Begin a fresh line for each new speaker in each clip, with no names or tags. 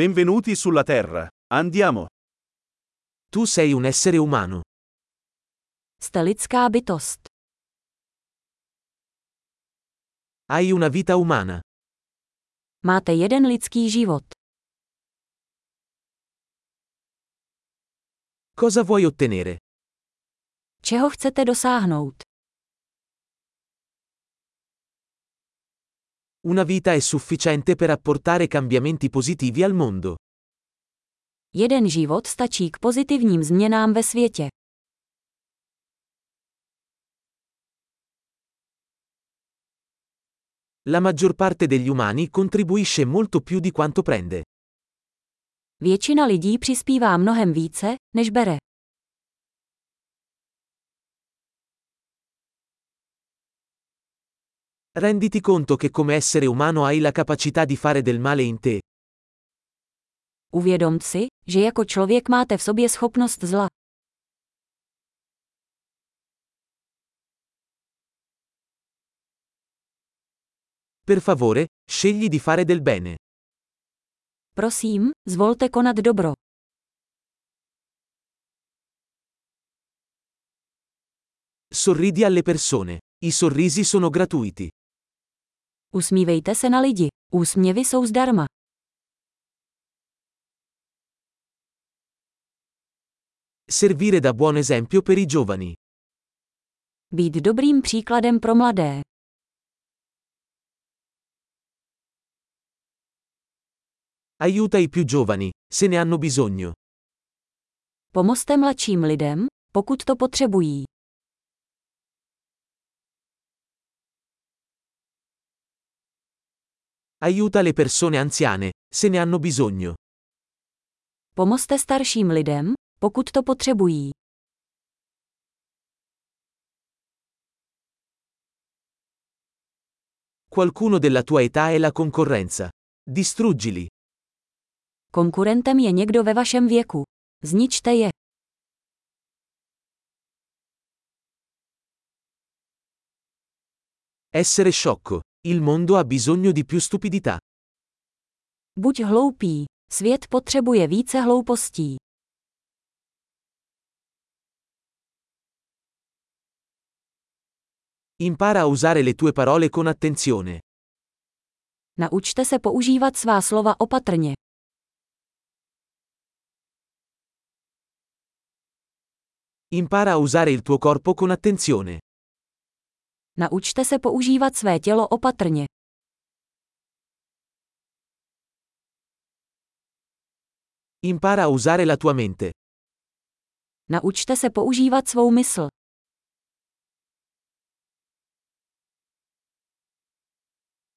Benvenuti sulla Terra. Andiamo.
Tu sei un essere umano.
Jste lidská bytost.
Hai una vita umana.
Máte jeden lidský život.
Cosa vuoi ottenere?
Čeho chcete dosáhnout?
Una vita è sufficiente per apportare cambiamenti positivi al mondo.
Jeden život stačí k pozitivním změnám ve světě.
La maggior parte degli umani contribuisce molto più di quanto prende.
Většina lidí přispívá mnohem více, než bere.
Renditi conto che come essere umano hai la capacità di fare del male in te.
Uvědom si, že jako člověk máte v sobě schopnost zla.
Per favore, scegli di fare del bene.
Prosím, zvolte konat dobro.
Sorridi alle persone. I sorrisi sono gratuiti.
Usmívejte se na lidi. Úsměvy jsou zdarma.
Servire da buon esempio per i giovani.
Být dobrým příkladem pro mladé.
Aiuta i più giovani, se ne hanno bisogno.
Pomozte mladším lidem, pokud to potřebují.
Aiuta le persone anziane, se ne hanno bisogno.
Pomozte starším lidem, pokud to potřebují.
Qualcuno della tua età è la concorrenza. Distruggili.
Konkurentem je někdo ve vašem věku. Zničte je.
Essere sciocco. Il mondo ha bisogno di più stupidità.
Buď hloupý. Svět potřebuje více hloupostí.
Impara a usare le tue parole con attenzione.
Naučte se používat svá slova opatrně.
Impara a usare il tuo corpo con attenzione.
Naučte se používat své tělo opatrně.
Impara a usare la tua mente.
Naučte se používat svou mysl.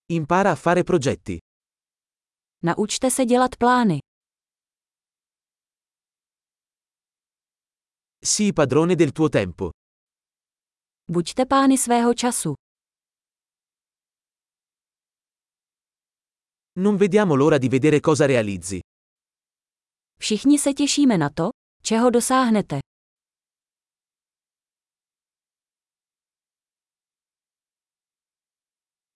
Impara a fare progetti.
Naučte se dělat plány.
Sii padrone del tuo tempo.
Buďte pány svého času.
Non vediamo l'ora di vedere cosa realizzi.
Všichni se těšíme na to, čeho dosáhnete.